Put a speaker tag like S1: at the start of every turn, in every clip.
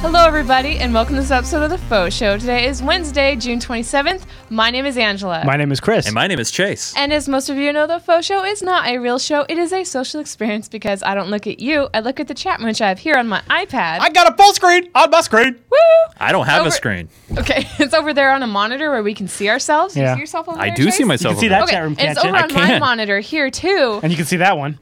S1: Hello, everybody, and welcome to this episode of The Faux Show. Today is Wednesday, June 27th. My name is Angela.
S2: My name is Chris.
S3: And my name is Chase.
S1: and as most of you know, The Faux Show is not a real show. It is a social experience because I don't look at you, I look at the chat, which I have here on my iPad.
S2: I got a full screen on my screen.
S1: Woo!
S3: I don't have
S1: Over-
S3: a screen.
S1: Okay, it's over there on a monitor where we can see ourselves. You
S2: Yeah.
S1: see yourself over
S3: I
S1: there,
S3: do see
S1: Chase?
S2: You
S3: myself.
S2: can see
S3: over
S2: that
S1: Okay,
S2: chat
S3: there.
S2: room,
S1: and
S2: can't
S1: it's
S2: you?
S1: over
S3: I
S1: on my
S3: can.
S1: monitor here too.
S2: And you can see that one.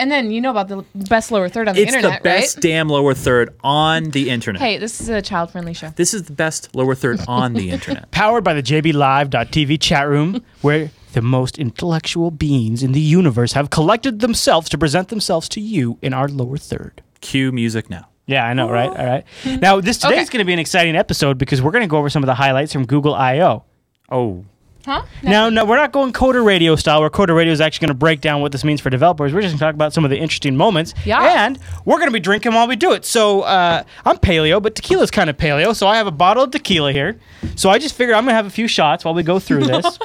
S1: And then you know about the best lower third on the
S3: It's
S1: internet,
S3: the best
S1: right?
S3: damn lower third on the internet.
S1: Hey, this is a child-friendly show.
S3: This is the best lower third on the internet.
S2: Powered by the JBLive.tv chat room, where the most intellectual beings in the universe have collected themselves to present themselves to you in our lower third.
S3: Cue music now.
S2: Yeah, I know, right? All right. Now, this today's
S1: Okay.
S2: going to be an exciting episode because we're going to go over some of the highlights from Google I.O.
S3: Oh,
S1: Huh?
S2: Now, no, we're not going Coda Radio style, where Coda Radio is actually going to break down what this means for developers. We're just going to talk about some of the interesting moments.
S1: Yeah.
S2: And we're going to be drinking while we do it. So uh, I'm paleo, but tequila's kind of paleo. So I have a bottle of tequila here. So I just figured I'm going to have a few shots while we go through this.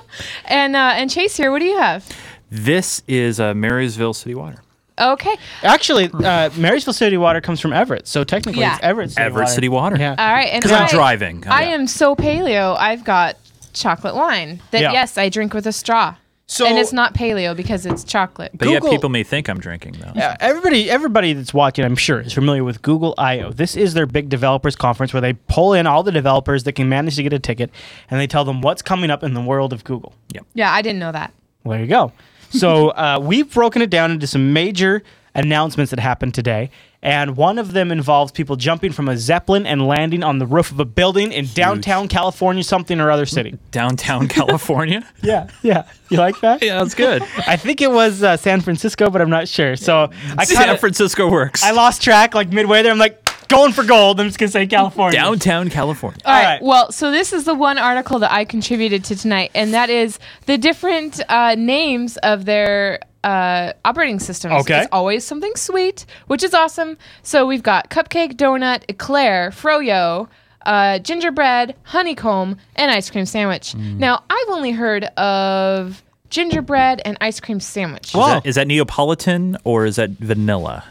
S1: And uh, and Chase here, what do you have?
S3: this is uh, Marysville City Water.
S1: Okay.
S2: actually, uh, Marysville City Water comes from Everett. So technically,
S1: Yeah.
S2: it's Everett City
S3: Everett
S2: Water.
S3: City Water.
S2: Yeah.
S1: All right. And
S3: 'Cause I'm
S1: I-
S3: driving.
S1: I
S3: Yeah.
S1: am so paleo. I've got chocolate wine that
S2: Yeah.
S1: yes, I drink with a straw.
S2: So-
S1: and it's not paleo because it's chocolate.
S3: But
S2: Google-
S3: yeah, people may think I'm drinking though.
S2: Yeah, uh, everybody, everybody that's watching, I'm sure, is familiar with Google I/O. This is their big developers conference where they pull in all the developers that can manage to get a ticket, and they tell them what's coming up in the world of Google.
S1: Yeah, I didn't know that.
S2: Well, there you go. So uh, we've broken it down into some major announcements that happened today, and one of them involves people jumping from a zeppelin and landing on the roof of a building in downtown California, something or other city.
S3: Downtown California.
S2: Yeah, yeah. You like that?
S3: yeah, that's good.
S2: I think it was uh, San Francisco, but I'm not sure. So I kind
S3: San
S2: of
S3: Francisco works.
S2: I lost track like midway there. I'm like going for gold. I'm just gonna say California.
S3: Downtown California.
S1: All right.
S2: right.
S1: Well, so this is the one article that I contributed to tonight, and that is the different uh, names of their uh, operating systems.
S2: Okay.
S1: It's always something sweet, which is awesome. So we've got cupcake, donut, eclair, froyo. Uh, gingerbread, honeycomb, and ice cream sandwich.
S2: Mm.
S1: Now, I've only heard of gingerbread and ice cream sandwich.
S2: Oh,
S3: Is that, is that Neapolitan or is that vanilla?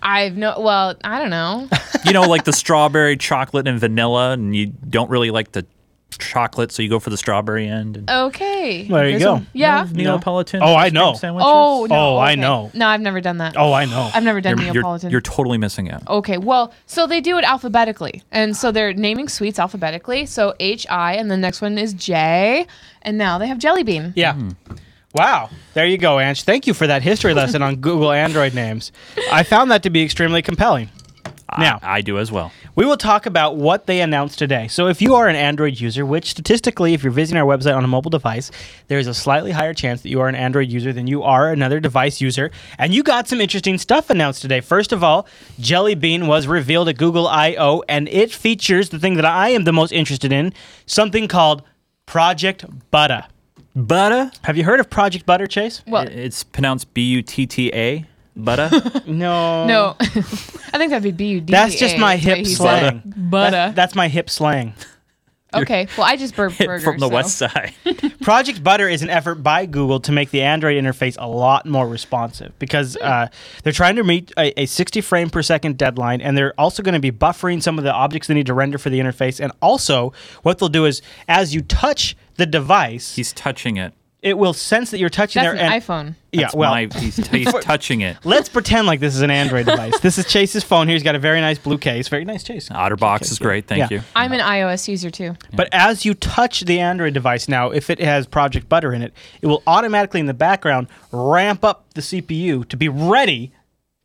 S1: I've no. Well, I don't know.
S3: you know, like the strawberry, chocolate, and vanilla, and you don't really like the chocolate, so you go for the strawberry end. And
S1: Okay.
S2: There you
S1: There's
S2: go.
S1: one- Yeah.
S3: Neapolitan.
S2: Oh, I
S3: ice cream
S2: know.
S3: sandwiches?
S1: Oh. No,
S2: Oh, I
S1: okay.
S2: know.
S1: No, I've never done that.
S2: Oh, I know.
S1: I've never done
S3: You're, you're,
S1: Neapolitan.
S3: you're totally missing out.
S1: okay, well, so they do it alphabetically. And so they're naming sweets alphabetically. So H I and the next one is J. And now they have jelly bean.
S2: yeah. Wow. There you go, Ange. Thank you for that history lesson on Google Android names. I found that to be extremely compelling. Now,
S3: I, I do as well.
S2: we will talk about what they announced today. So, if you are an Android user, which statistically, if you're visiting our website on a mobile device, there is a slightly higher chance that you are an Android user than you are another device user. And you got some interesting stuff announced today. First of all, Jelly Bean was revealed at Google I.O., and it features the thing that I am the most interested in something called Project Butter.
S3: Butter.
S2: Have you heard of Project Butter, Chase?
S1: Well,
S3: It's pronounced B U T T A. Butter.
S2: No.
S1: no. I think that'd be B U D.
S2: That's just my hip slang.
S1: But
S2: That's, that's my hip slang.
S1: okay, well, I just burped burger.
S3: From the
S1: so-
S3: west side.
S2: Project Butter is an effort by Google to make the Android interface a lot more responsive because uh, they're trying to meet a, a 60 frame per second deadline, and they're also going to be buffering some of the objects they need to render for the interface. And also, what they'll do is, as you touch the device,
S3: He's touching it.
S2: it will sense that you're touching
S1: That's
S2: there.
S1: an
S2: and,
S1: iPhone.
S2: Yeah,
S3: That's
S2: well,
S3: my- he's, he's touching it.
S2: let's pretend like this is an Android device. This is Chase's phone here. He's got a very nice blue case. Very nice, Chase.
S3: OtterBox is great. Thank
S2: Yeah.
S3: you.
S1: I'm an iOS user too.
S2: But as you touch the Android device now, if it has Project Butter in it, it will automatically in the background ramp up the CPU to be ready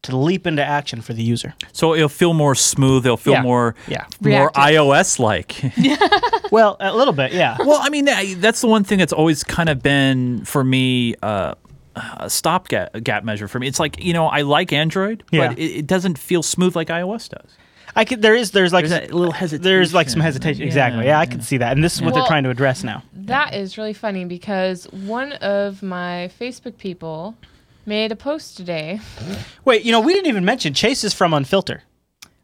S2: to leap into action for the user.
S3: So it'll feel more smooth. It'll feel
S2: Yeah.
S3: more,
S2: Yeah.
S3: more
S1: Reactive.
S3: iOS like.
S2: well, a little bit, yeah.
S3: Well, I mean, that- that's the one thing that's always kind of been for me uh, a stopgap gap measure for me. It's like you know, I like Android,
S2: Yeah.
S3: but it, it doesn't feel smooth like iOS does.
S2: I could, there is there's like
S3: There's that little hesitation.
S2: There's like some hesitation. exactly. Yeah, I can see that. And this is what
S1: Well-
S2: they're trying to address now.
S1: That is really funny because one of my Facebook people made a post today.
S2: Wait, you know, we didn't even mention Chase is from Unfilter.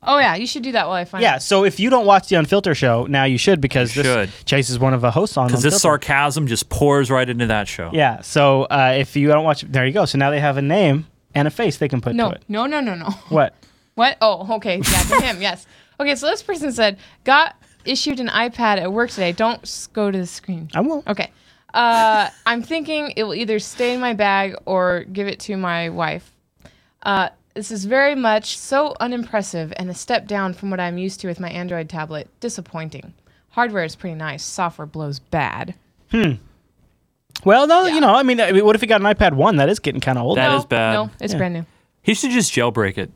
S1: Oh, yeah, you should do that while I find
S2: Yeah, so if you don't watch the Unfilter show, now you should because
S3: You
S2: this
S3: should.
S2: Chase is one of the hosts on
S3: Because this
S2: Unfilter.
S3: sarcasm just pours right into that show.
S2: Yeah, so uh, if you don't watch there you go. So now they have a name and a face they can put
S1: No,
S2: to it.
S1: no, no, no, no.
S2: What?
S1: What? Oh, okay. Yeah, to him. Yes. Okay, so this person said, got issued an iPad at work today. Don't s- go to the screen.
S2: I won't.
S1: Okay. Uh, I'm thinking it will either stay in my bag or give it to my wife. Uh, this is very much so unimpressive and a step down from what I'm used to with my Android tablet. Disappointing. Hardware is pretty nice. Software blows bad.
S2: Well, no, you know, I mean, I mean, what if he got an iPad One? That is getting kind of old. Oh.
S3: That
S1: no,
S3: is bad.
S1: No, it's
S2: Yeah.
S1: brand new.
S3: He should just jailbreak it.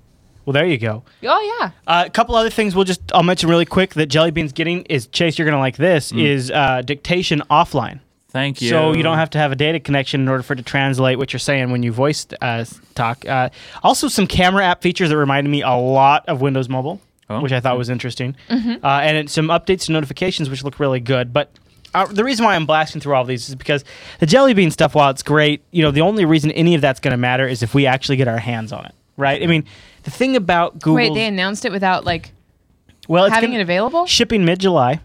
S2: well, there you go.
S1: Oh yeah.
S2: Uh, a couple other things we'll just I'll mention really quick that Jelly Bean's getting is Chase. You're gonna like this
S3: Mm.
S2: is uh, dictation offline,
S3: Thank you.
S2: so you don't have to have a data connection in order for it to translate what you're saying when you voice uh, talk. Uh, also, some camera app features that reminded me a lot of Windows Mobile,
S3: Oh.
S2: which I thought was interesting,
S1: Mm-hmm.
S2: uh, and it, some updates to notifications which look really good, but. Uh, the reason why I'm blasting through all these is because the jelly bean stuff, while it's great, you know, the only reason any of that's going to matter is if we actually get our hands on it, right? I mean, the thing about Google,
S1: Wait, they announced it without like
S2: well, it's
S1: having
S2: gonna-
S1: it available?
S2: shipping mid July.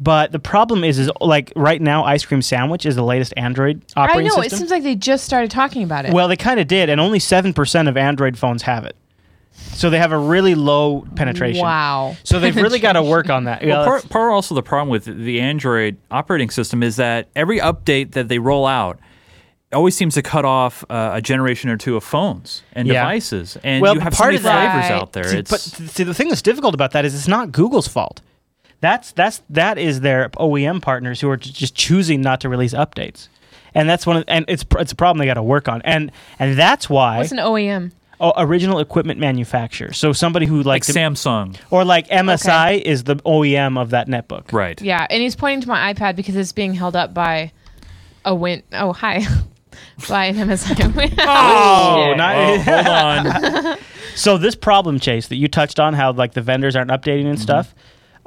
S2: But the problem is, is like right now, ice cream sandwich is the latest Android
S1: I
S2: operating
S1: know. It
S2: system.
S1: seems like they just started talking about it.
S2: well, they kind of did, and only seven percent of Android phones have it, so they have a really low penetration.
S1: Wow.
S2: So they've really got to work on that.
S3: Well,
S2: Yeah,
S3: part, part also the problem with the Android operating system is that every update that they roll out always seems to cut off uh, a generation or two of phones and
S2: Yeah.
S3: devices, and
S2: Well,
S3: you have
S2: part
S3: so many
S2: of that-
S3: flavors
S1: Right.
S3: out there.
S2: See,
S3: It's
S2: but see, the thing that's difficult about that is it's not Google's fault. That's that's that is their OEM partners who are j- just choosing not to release updates, and that's one of and it's pr- it's a problem they got to work on, and and that's why
S1: What's an OEM?
S2: o- original equipment manufacturer. So somebody who
S3: like
S2: like, the-
S3: Samsung,
S2: or like MSI is the OEM of that netbook.
S3: right?
S1: Yeah, and he's pointing to my iPad because it's being held up by a win. Oh, hi. by an MSI win.
S2: Oh,
S1: Shit.
S2: not-
S3: Oh, hold on.
S2: So this problem chase that you touched on, how like the vendors aren't updating
S4: Mm-hmm.
S2: and stuff,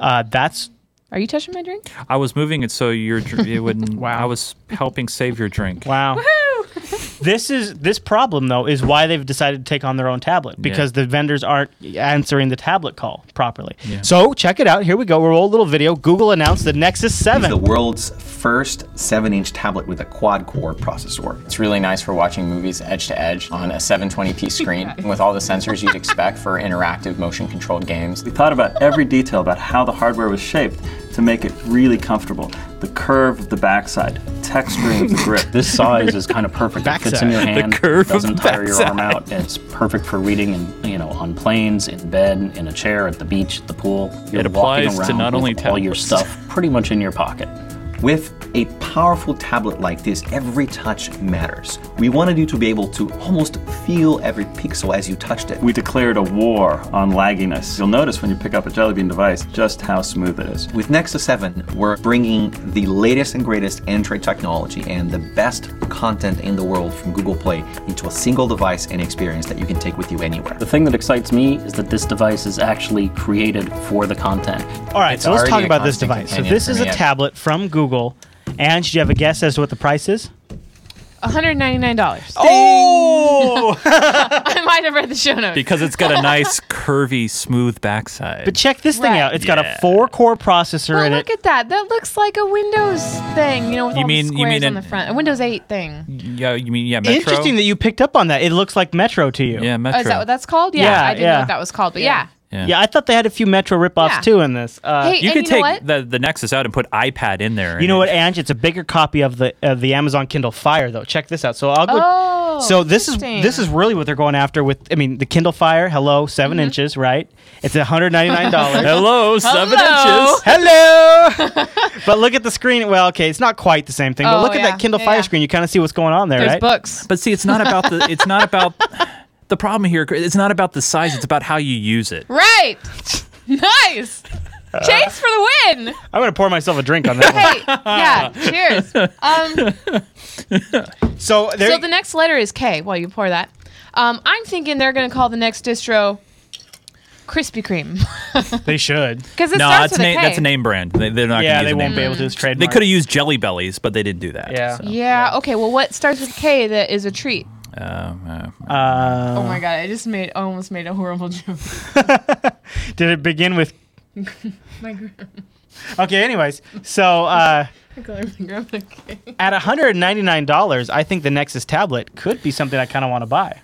S2: uh, that's
S1: Are you touching my drink?
S3: I was moving it so your dr- it wouldn't.
S2: Wow.
S3: I was helping save your drink.
S2: wow. this is this problem though is why they've decided to take on their own tablet because the vendors aren't answering the tablet call properly. So check it out. Here we go. We're old little video. Google announced the Nexus
S4: is the
S2: Seven.
S4: world's first 7 inch tablet with a quad core processor. It's really nice for watching movies edge to edge on a 720p screen with all the sensors you'd expect for interactive motion controlled games.
S5: We thought about every detail about how the hardware was shaped to make it really comfortable. The curve of the backside, texturing of the grip. This size is kind of perfect. It fits in your hand.
S3: curve of
S5: doesn't
S3: the
S5: tire your arm out. It's perfect for reading in, you know, on planes, in bed, in a chair, at the beach, at the pool. You're
S3: It
S5: walking
S3: applies to
S5: around
S3: not
S5: with
S3: only
S5: all your
S3: tablets.
S5: stuff pretty much in your pocket.
S4: With a powerful tablet like this, every touch matters. We wanted you to be able to almost feel every pixel as you touched it.
S5: We declared a war on lagginess. You'll notice when you pick up a Jelly Bean device just how smooth it is.
S4: With Nexus 7, we're bringing the latest and greatest Android technology and the best content in the world from Google Play into a single device and experience that you can take with you anywhere.
S6: The thing that excites me is that this device is actually created for the content.
S2: All right,
S4: It's
S2: so let's talk
S4: already a
S2: about this
S4: constant
S2: device. So
S4: companion
S2: this
S4: for
S2: is a
S4: me.
S2: tablet from Google. And should you have a guess as to what the price is?
S1: $199.
S2: Oh.
S1: I might have read the show notes.
S3: Because it's got a nice curvy, smooth backside.
S2: But check this thing
S1: Right.
S2: out. It's got a
S3: Yeah.
S2: four-core processor
S1: Oh,
S2: in
S1: look
S2: it.
S1: at that. That looks like a Windows thing, you know, with
S3: You
S1: all
S3: mean-
S1: the
S3: you
S1: squares
S3: mean
S1: on the
S3: an-
S1: front. A Windows 8 thing.
S3: yeah, you mean yeah, Metro.
S2: Interesting that you picked up on that. It looks like Metro to you.
S3: yeah, Metro.
S1: Oh, is that what that's called? Yeah,
S2: Yeah,
S1: I didn't
S2: yeah.
S1: know what that was called, but yeah.
S3: Yeah.
S2: Yeah, I thought they had a few Metro ripoffs
S1: Yeah.
S2: too in this. Uh,
S1: Hey,
S3: you
S1: and
S3: could
S1: you know
S3: take
S1: what?
S3: the the Nexus out and put iPad in there.
S2: you know what, Ange? It's a bigger copy of the of the Amazon Kindle Fire though. Check this out. So I'll go.
S1: Oh,
S2: so this is
S1: interesting.
S2: this is really what they're going after with. I mean, the Kindle Fire. Hello, 7
S1: Mm-hmm.
S2: inches, right? It's one hundred ninety nine dollars.
S3: Hello, seven
S1: Hello.
S3: inches.
S2: Hello. but look at the screen. Well, okay, it's not quite the same thing. but
S1: Oh,
S2: look at
S1: yeah.
S2: that Kindle
S1: Yeah,
S2: Fire
S1: yeah.
S2: screen. You kind of see what's going on there,
S1: There's
S2: right?
S1: books.
S3: But see, it's not about the. It's not about the problem here. It's not about the size. It's about how you use it.
S1: Right. nice. Chase for the win.
S2: I'm gonna pour myself a drink on that. one.
S1: Hey, yeah, cheers. Um,
S2: So there.
S1: so the next letter is K while you pour that. Um, I'm thinking they're going to call the next distro Krispy Kreme.
S2: they should.
S1: Because it
S3: no,
S1: starts
S3: that's
S1: with a
S3: na-
S1: K.
S3: that's a name brand. They, they're not.
S2: Yeah,
S3: gonna
S2: they
S3: use a
S2: won't
S3: name
S2: be
S3: brand.
S2: able to use
S3: They
S2: trademark.
S3: could have used Jelly Bellies, but they didn't do that.
S2: Yeah.
S3: so.
S1: Yeah, okay, well, what starts with K that is a treat?
S3: Um, uh,
S1: oh my God, I just made, I almost made a horrible joke.
S2: Did it begin with?
S1: my gr-
S2: Okay. Anyways, so uh,
S1: I call it my grandma K.
S2: at one hundred ninety nine dollars, I think the Nexus tablet could be something I kind of want to buy.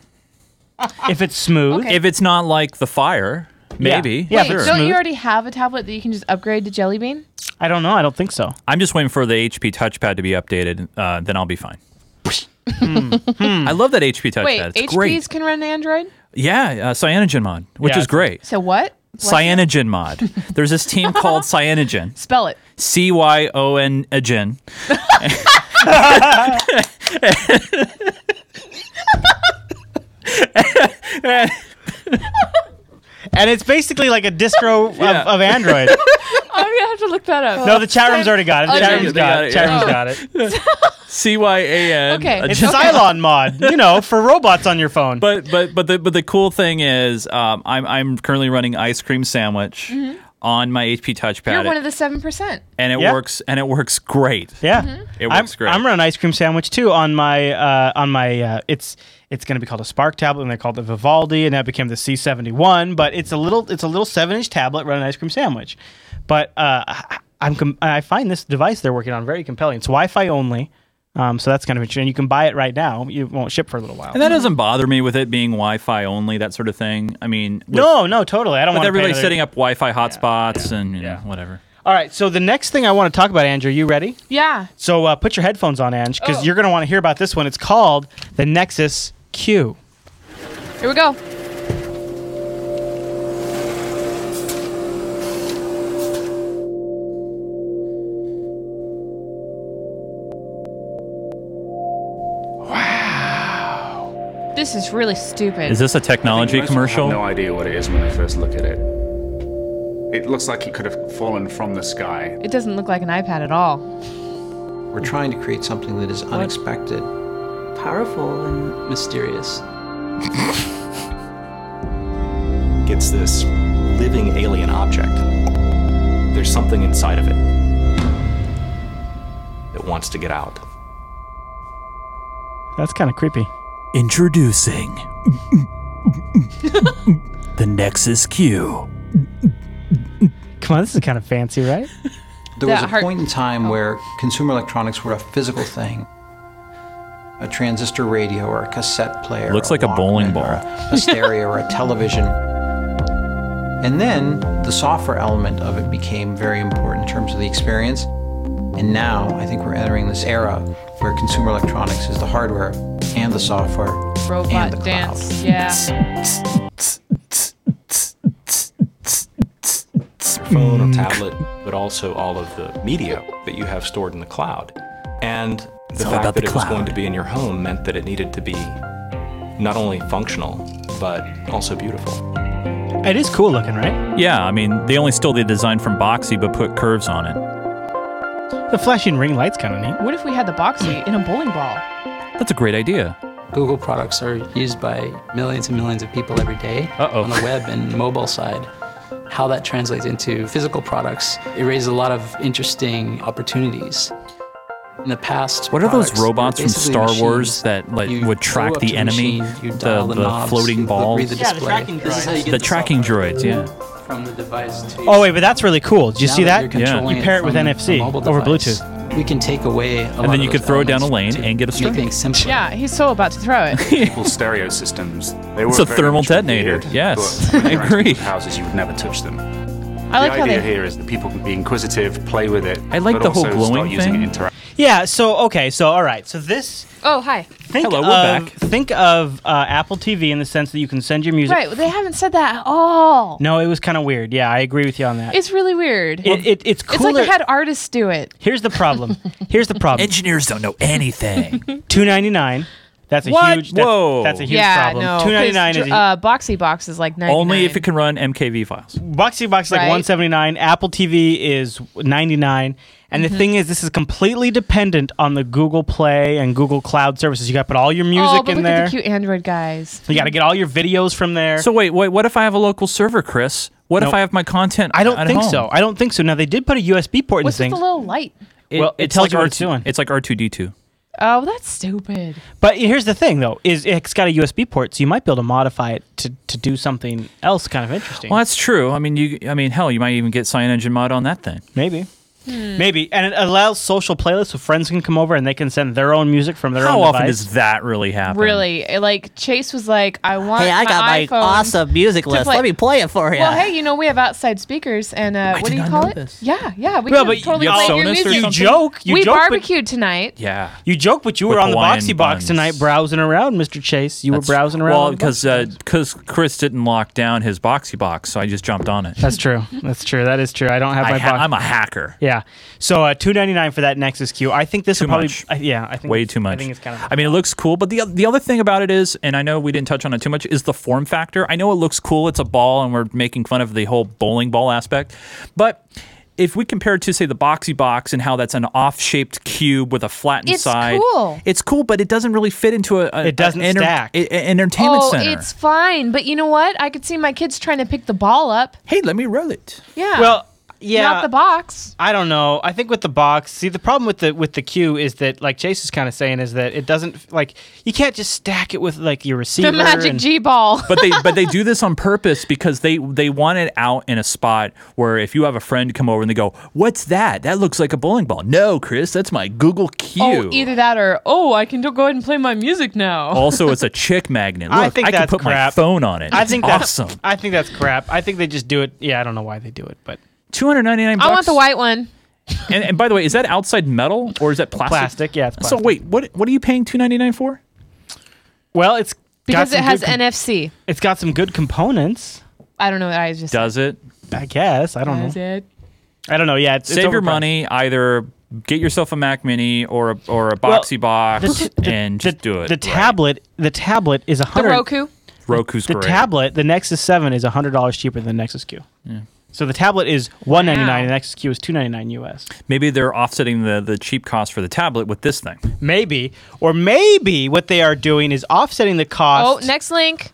S2: if it's smooth,
S1: Okay.
S3: if it's not like the Fire, Maybe.
S2: Yeah,
S1: Wait,
S2: but
S1: don't
S2: it's
S1: you
S2: smooth.
S1: already have a tablet that you can just upgrade to Jelly Bean?
S2: I don't know. I don't think so.
S3: I'm just waiting for the HP touchpad to be updated. Uh, then I'll be fine. Hmm. I love that HP touchpad.
S1: Wait,
S3: it's
S1: HPs
S3: great.
S1: can run Android.
S3: Yeah, uh, cyanogen mod, which
S2: Yeah,
S3: is great.
S1: So what? What's it?
S3: Cyanogen mod. There's this team called Cyanogen.
S1: Spell it.
S3: C Y O N agen.
S2: And it's basically like a distro
S3: Yeah.
S2: of, of Android.
S1: I'm gonna have to look that up.
S2: No, the chat room's already got it. The
S1: Oh,
S2: chat
S1: yeah,
S2: room's
S3: they
S2: got
S3: got
S2: it.
S3: it,
S2: Chat room's
S1: yeah.
S2: got it.
S3: C Y A N.
S1: Okay.
S3: agen.
S2: It's a Cylon mod, you know, for robots on your phone.
S3: but but but the but the cool thing is, um, I'm I'm currently running ice cream sandwich on my HP touchpad,
S1: Mm-hmm. You're one of the seven percent.
S3: and it
S2: Yeah.
S3: works and it works great.
S2: yeah,
S3: It
S2: I'm,
S3: works great.
S2: I'm running ice cream sandwich too on my uh, on my. Uh, it's it's going to be called a Spark tablet, and they called it Vivaldi, and that became the C71. But it's a little it's a little seven inch tablet running ice cream sandwich. But uh, I- I'm com- I find this device they're working on very compelling. It's Wi-Fi only. Um, so that's kind of interesting. You can buy it right now. It won't ship for a little while.
S3: and that doesn't bother me with it being Wi-Fi only, that sort of thing. I mean, with,
S2: no, no, totally. I don't
S3: with
S2: want
S3: everybody
S2: to
S3: setting up Wi-Fi hotspots and you know, whatever.
S2: All right. So the next thing I want to talk about, Andrew, you ready?
S1: Yeah.
S2: So uh, put your headphones on, Ange, because
S1: Oh.
S2: you're going to want to hear about this one. It's called the Nexus Q.
S1: Here we go. Wow. This is really stupid.
S3: Is this a technology
S7: think most people
S3: commercial?
S7: have No idea what it is when they first look at it. It looks like it could have fallen from the sky.
S1: it doesn't look like an iPad at all.
S8: We're trying to create something that is unexpected.
S9: powerful and mysterious.
S10: It's this living alien object. There's something inside of it that wants to get out.
S2: That's kind of creepy.
S3: Introducing the Nexus Q.
S2: Come on, this is kind of fancy, right?
S8: There
S1: Yeah,
S8: was a
S1: hard-
S8: point in time where consumer electronics were a physical thing. A transistor radio or a cassette player.
S3: Looks like a bowling
S8: Walkman
S3: ball.
S8: or A, a stereo or a television. And then the software element of it became very important in terms of the experience. And now I think we're entering this era where consumer electronics is the hardware and the software and the
S1: Robot
S8: cloud.
S1: dance. Yeah.
S10: Your phone or tablet, but also all of the media that you have stored in the cloud. And the
S3: all
S10: fact that
S3: about the
S10: it was going
S3: cloud.
S10: to be in your home meant that it needed to be not only functional, but also beautiful.
S2: It is cool looking, right?
S3: Yeah, I mean, they only stole the design from Boxy but put curves on it.
S2: The flashing ring light's kind of neat.
S1: What if we had the boxy in a bowling ball?
S3: That's a great idea.
S9: Google products are used by millions and millions of people every day
S3: Uh-oh.
S9: on the web and mobile side. How that translates into physical products, it raises a lot of interesting opportunities. In the past,
S3: What are those
S9: products were
S3: robots from
S9: basically
S3: Star
S9: machines.
S3: Wars that like
S9: You
S3: would
S9: go
S3: track
S9: up
S3: the
S9: to a
S3: enemy,
S9: machine, you
S3: the,
S9: dial
S3: the,
S9: the knobs,
S3: floating
S9: you
S3: balls,
S9: read the
S2: Yeah, the
S9: display.
S2: tracking
S9: This is how you
S2: droids.
S9: get
S3: the
S9: the
S3: tracking
S9: software
S3: droids. Yeah,
S9: from the device to
S2: Oh, wait, but that's really cool. Did you
S9: Now
S2: see
S9: you're
S2: that?
S3: Yeah.
S9: controlling
S2: You pair it
S9: from
S2: with
S9: a
S2: NFC
S9: mobile
S2: over
S9: device, We can take away, a lot
S3: then
S9: of
S3: you could
S9: those
S3: throw it down a
S9: elements
S3: lane
S9: to
S3: and get a
S9: make
S3: strike.
S9: things simpler.
S1: Yeah, he's so about to throw it.
S7: People's stereo systems. They were
S3: It's a
S7: very
S3: thermal
S7: much
S3: detonator.
S7: weird,
S3: Yes,
S7: but when
S3: I
S7: you were in
S3: agree.
S7: people's Houses, you would never touch them.
S1: I like
S7: the
S1: how
S7: idea
S1: they.
S7: here is that people can be inquisitive, play with it.
S3: I like
S7: but
S3: the whole
S7: also start
S3: glowing
S7: using
S3: thing.
S7: It interact-
S2: Yeah, so, okay, so, all right. So this,
S1: Oh, hi.
S2: think
S3: Hello,
S2: of,
S3: we're back.
S2: Think of uh, Apple TV in the sense that you can send your music.
S1: Right, well, they haven't said that at all.
S2: No, it was kind of weird. Yeah, I agree with you on that.
S1: It's really weird.
S2: it, it, it's
S1: it's
S2: cooler.
S1: like they had artists do it.
S2: Here's the problem. Here's the problem.
S3: engineers don't know anything.
S2: Two ninety nine. That's a
S3: What?
S2: huge. That's,
S3: Whoa.
S2: That's a huge
S1: yeah,
S2: problem.
S1: no.
S2: Two ninety
S1: 'cause
S2: nine is e- a,
S1: dr- uh, Boxy Box is like 99.
S3: only if it can run MKV files.
S2: Boxy Box is like
S1: Right.
S2: one seventy nine. Apple TV is ninety nine. And
S1: Mm-hmm.
S2: the thing is, this is completely dependent on the Google Play and Google Cloud services. You got to put all your music
S1: oh, but
S2: in
S1: look
S2: there.
S1: at the cute Android guys.
S2: you got to get all your videos from there.
S3: So wait, wait, what if I have a local server, Chris? What if
S2: Nope.
S3: I have my content?
S2: I don't
S3: at
S2: think
S3: home?
S2: so. I don't think so. Now they did put a USB port in
S1: What's with
S2: things,
S1: the little light?
S2: Well, it tells you what it's
S3: R2,
S2: doing.
S3: It's like R2D2.
S1: Oh, that's stupid.
S2: but here's the thing though: is it's got a USB port, so you might be able to modify it to, to do something else, kind of interesting.
S3: Well, that's true. I mean, you. I mean, hell, you might even get CyanogenMod on that thing.
S2: Maybe.
S1: Hmm.
S2: Maybe, and it allows social playlists so friends can come over and they can send their own music from their
S3: How
S2: own.
S3: often
S2: device.
S3: does that really happen?
S1: Really, it, like Chase was like, "I want."
S2: Hey, I got my
S1: iPhone
S2: awesome music
S1: to
S2: list. Let me play it for ya.
S1: Well, hey, you know we have outside speakers, and uh, what do you call it? Yeah, yeah, we
S2: Well,
S1: can
S2: but
S1: totally
S2: you
S1: play
S2: have
S1: your
S2: Sonos or
S1: music.
S2: something? You joke, you
S1: we
S2: joke, but-
S1: barbecued tonight.
S3: Yeah.
S2: You joked, but you
S3: With
S2: were on the
S3: Hawaiian
S2: boxy box tonight, browsing around, Mister Chase. You
S3: That's-
S2: were browsing around.
S3: Well,
S2: on the box.
S3: because because Chris didn't lock down his boxy box, so I just jumped on it.
S2: that's true. That's true. That is true. I don't have
S3: I
S2: my
S3: ha-
S2: box.
S3: I'm a hacker.
S2: Yeah. So uh, two ninety nine for that Nexus Q. I think this
S3: Too
S2: will probably.
S3: much.
S2: I- yeah, I think
S3: Way
S2: it's-
S3: too much.
S2: I think it's kind of.
S3: I mean, it looks cool, but the the other thing about it is, and I know we didn't touch on it too much, is the form factor. I know it looks cool; it's a ball, and we're making fun of the whole bowling ball aspect. But if we compare it to say the boxy box and how that's an off shaped cube with a flattened
S1: It's
S3: side,
S1: cool.
S3: it's cool, but it doesn't really fit into a, a-
S2: It doesn't
S3: an enter-
S2: stack.
S3: a- a- entertainment
S1: oh,
S3: center.
S1: it's fine, but you know what? I could see my kids trying to pick the ball up.
S3: Hey, let me roll it.
S1: Yeah.
S2: Well, yeah.
S1: Not the box.
S2: I don't know. I think with the box, see the problem with the with the queue is that like Chase is kind of saying is that it doesn't like you can't just stack it with like your receiver.
S1: The magic
S2: and-
S1: G ball.
S3: but they but they do this on purpose because they they want it out in a spot where if you have a friend come over and they go, "What's that? That looks like a bowling ball." No, Chris, that's my Google Q.
S1: Oh, either that or oh, I can do- go ahead and play my music now.
S3: also, it's a chick magnet. Look,
S2: I
S3: I,
S2: think
S3: can
S2: that's
S3: put my
S2: crap.
S3: phone on it.
S2: I think
S3: that's awesome.
S2: That's, I think that's crap. I think they just do it. Yeah, I don't know why they do it, but
S3: Two hundred ninety nine.
S1: I want the white one.
S3: And, and by the way, is that outside metal or is that plastic?
S2: Plastic, yeah, it's
S3: So wait, what what are you paying two ninety nine for?
S2: well, it's got
S1: Because it
S2: some
S1: has
S2: good com-
S1: NFC.
S2: it's got some good components.
S1: I don't know what I just
S3: Does it?
S2: I guess I don't
S1: Does
S2: know.
S1: it?
S2: I don't know. Yeah, it's, it's
S3: Save your
S2: overpriced.
S3: money. Either get yourself a Mac Mini or a, or a
S2: Well,
S3: boxy box
S2: the t- the-
S3: and just do it.
S2: The tablet, the tablet is a
S1: The
S2: hundred.
S1: Roku.
S3: Roku's
S2: the
S3: great.
S2: tablet, the Nexus Seven is hundred dollars cheaper than the Nexus Q.
S3: Yeah.
S2: So the tablet is one ninety nine, and the Nexus Q is two ninety nine US.
S3: Maybe they're offsetting the, the cheap cost for the tablet with this thing.
S2: Maybe, or maybe what they are doing is offsetting the
S1: Oh,
S2: cost,
S1: next link.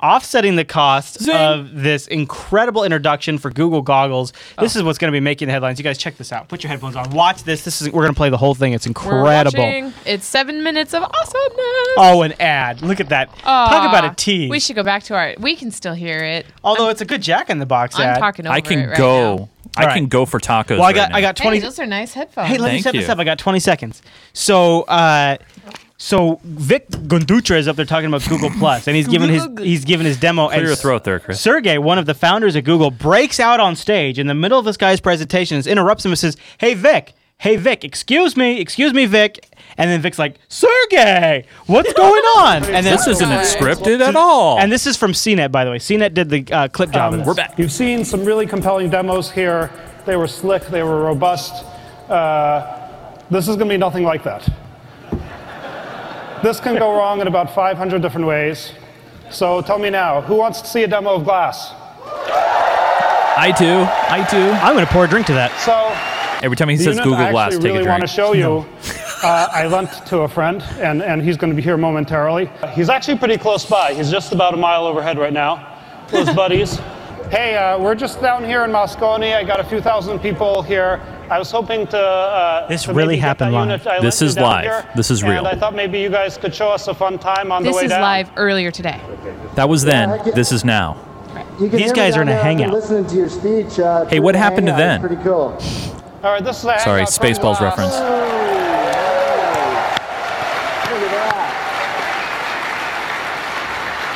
S2: offsetting the cost of this incredible introduction for Google goggles. This
S1: Oh.
S2: is what's going to be making the headlines. You guys check this out. Put your headphones on. Watch this. This is we're going to play the whole thing. It's
S1: We're
S2: incredible.
S1: watching. It's seven minutes of awesomeness.
S2: Oh, an ad. Look at that. Talk about
S1: Aw,
S2: a tease.
S1: We should go back to our. We can still hear it.
S2: Although it's a good Jack in the Box
S1: I'm
S2: ad.
S1: talking over
S3: I can
S1: it right
S3: go. I
S2: All
S3: can
S2: right.
S3: go for tacos.
S2: Well, I
S3: right
S2: got
S3: now.
S2: I got
S1: Now. Hey,
S2: twenty.
S1: those are nice headphones.
S2: Hey, let me
S3: Uh, Thank
S2: set
S3: you.
S2: this up. I got 20 seconds. So, uh, so Vic Gondutra is up there talking about Google Plus, and he's given his he's given his demo.
S3: Clear
S2: and
S3: your throat there, Chris.
S2: Sergey, one of the founders of Google, breaks out on stage in the middle of this guy's presentations, interrupts him, and says, "Hey, Vic." Hey Vic, excuse me, excuse me, Vic. And then Vic's like, Sergey, what's going on? And then
S3: this isn't scripted at all. Um,
S2: And this is from CNET, by the way. CNET did the uh, clip job. of this.
S3: We're back.
S11: You've seen some really compelling demos here. They were slick, they were robust. Uh, this is going to be nothing like that. This can go wrong in about 500 different ways. So tell me now, who wants to see a demo of glass?
S3: I do. I do.
S2: I'm going to pour a drink to that.
S11: So
S3: Every time he
S11: the
S3: says
S11: unit
S3: Google
S11: I
S3: Glass,
S11: actually
S3: take
S11: really
S3: a
S11: want to
S3: drink.
S11: show you. Uh, I lent to a friend, and, and he's going to be here momentarily. He's actually pretty close by. He's just about a mile overhead right now. Close buddies. Hey, uh, we're just down here in Moscone. I got a few thousand people here. I was hoping to. Uh,
S2: This
S11: to
S2: really
S11: maybe get
S2: happened
S11: that
S2: live.
S11: unit I
S3: This
S11: lent you
S3: is
S11: down
S3: live.
S11: here,
S3: This is real.
S11: And I thought maybe you guys could show us a fun time on the
S1: This
S11: way
S1: is
S11: down.
S1: live earlier today.
S3: That was then. This is now.
S12: You can
S2: These
S12: hear me
S2: guys are
S12: down
S2: in a
S12: there. I've been
S2: hangout.
S12: Listening to your speech. Uh,
S3: Hey,
S12: during
S3: what
S12: the
S3: happened to
S12: hangout.
S3: then?
S12: It's Pretty cool.
S11: All right, this is the
S3: Sorry,
S11: hangout from
S3: Spaceballs
S11: Glass.
S3: reference.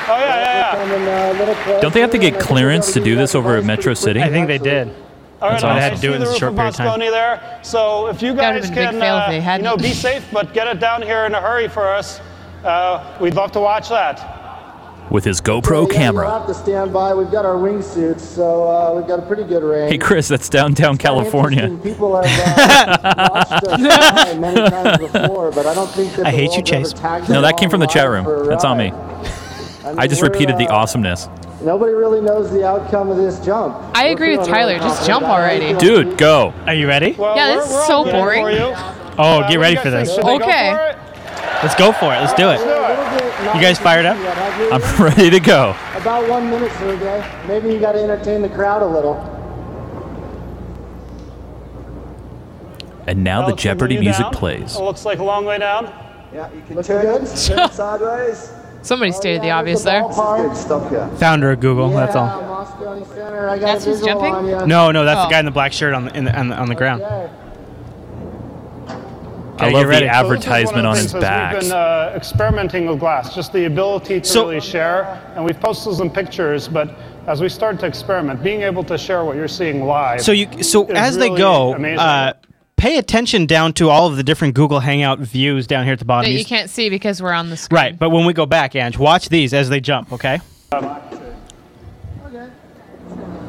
S11: Oh yeah, yeah, yeah.
S12: uh,
S3: Don't they have to get clearance to do this over at Metro City?
S2: I think they did.
S11: All right,
S3: That's awesome.
S11: I
S3: They had to
S11: see
S2: do it in
S11: the
S2: a
S11: roof
S2: short
S11: of
S2: period of time.
S11: Moscone there. So if you
S1: That would've
S11: guys
S1: been a
S11: can,
S1: big fail if
S11: uh,
S1: they hadn't.
S11: you know, be safe, but get it down here in a hurry for us. Uh, we'd love to watch that.
S3: With his GoPro
S12: Yeah, We'll
S3: camera.
S12: have to stand by. We've got our wingsuits, so uh, we've got a pretty good range.
S3: Hey, Chris, that's downtown California.
S12: Interesting. People have uh, watched us fly many times before, but I don't think that
S2: I
S12: the
S2: hate you,
S12: world's ever
S2: Chase.
S12: tagged
S3: No, that
S12: along
S3: came from the
S12: live
S3: chat
S12: for a
S3: room. That's on me.
S12: ride.
S3: I just
S12: we're,
S3: repeated the
S12: uh,
S3: awesomeness.
S12: Nobody really knows the outcome of this jump.
S1: I agree with Tyler. Just jump already.
S3: Dude, go.
S2: Are you ready?
S11: Well,
S1: Yeah,
S11: we're-
S1: this is
S11: we're all
S1: so
S11: rooting
S1: boring.
S11: For you.
S2: Oh, get
S11: What do
S2: ready
S11: you guys
S2: for
S11: think?
S2: this.
S11: Should they go
S1: Okay.
S11: for it?
S2: Let's go for it. Let's do it. You guys fired up?
S3: I'm ready to go.
S12: About one minute, Sergey. Maybe you got to entertain the crowd a little.
S3: And now
S11: Well,
S3: the
S11: can we
S3: Jeopardy
S11: do
S3: music
S11: down?
S3: plays.
S11: It looks like a long way down.
S12: Yeah, you can turn, turn sideways.
S1: Somebody stated the obvious there.
S2: Founder of Google. That's all.
S1: That's who's jumping?
S2: No, no, that's
S1: Oh.
S2: the guy in the black shirt on the in the, on the, on the ground.
S11: Oh,
S3: I
S2: Okay,
S3: love
S2: get ready.
S3: the advertisement on his back.
S11: We've been uh, experimenting with glass, just the ability to really share. And we've posted some pictures, but as we start to experiment, being able to share what you're seeing live.
S2: So you so
S11: is
S2: as they
S11: really
S2: go,
S11: amazing.
S2: uh, pay attention down to all of the different Google Hangout views down here at the
S1: That
S2: bottom. You
S1: you
S2: s-
S1: can't see because we're on the screen.
S2: right, but when we go back, Ange, watch these as they jump. Okay.
S11: um,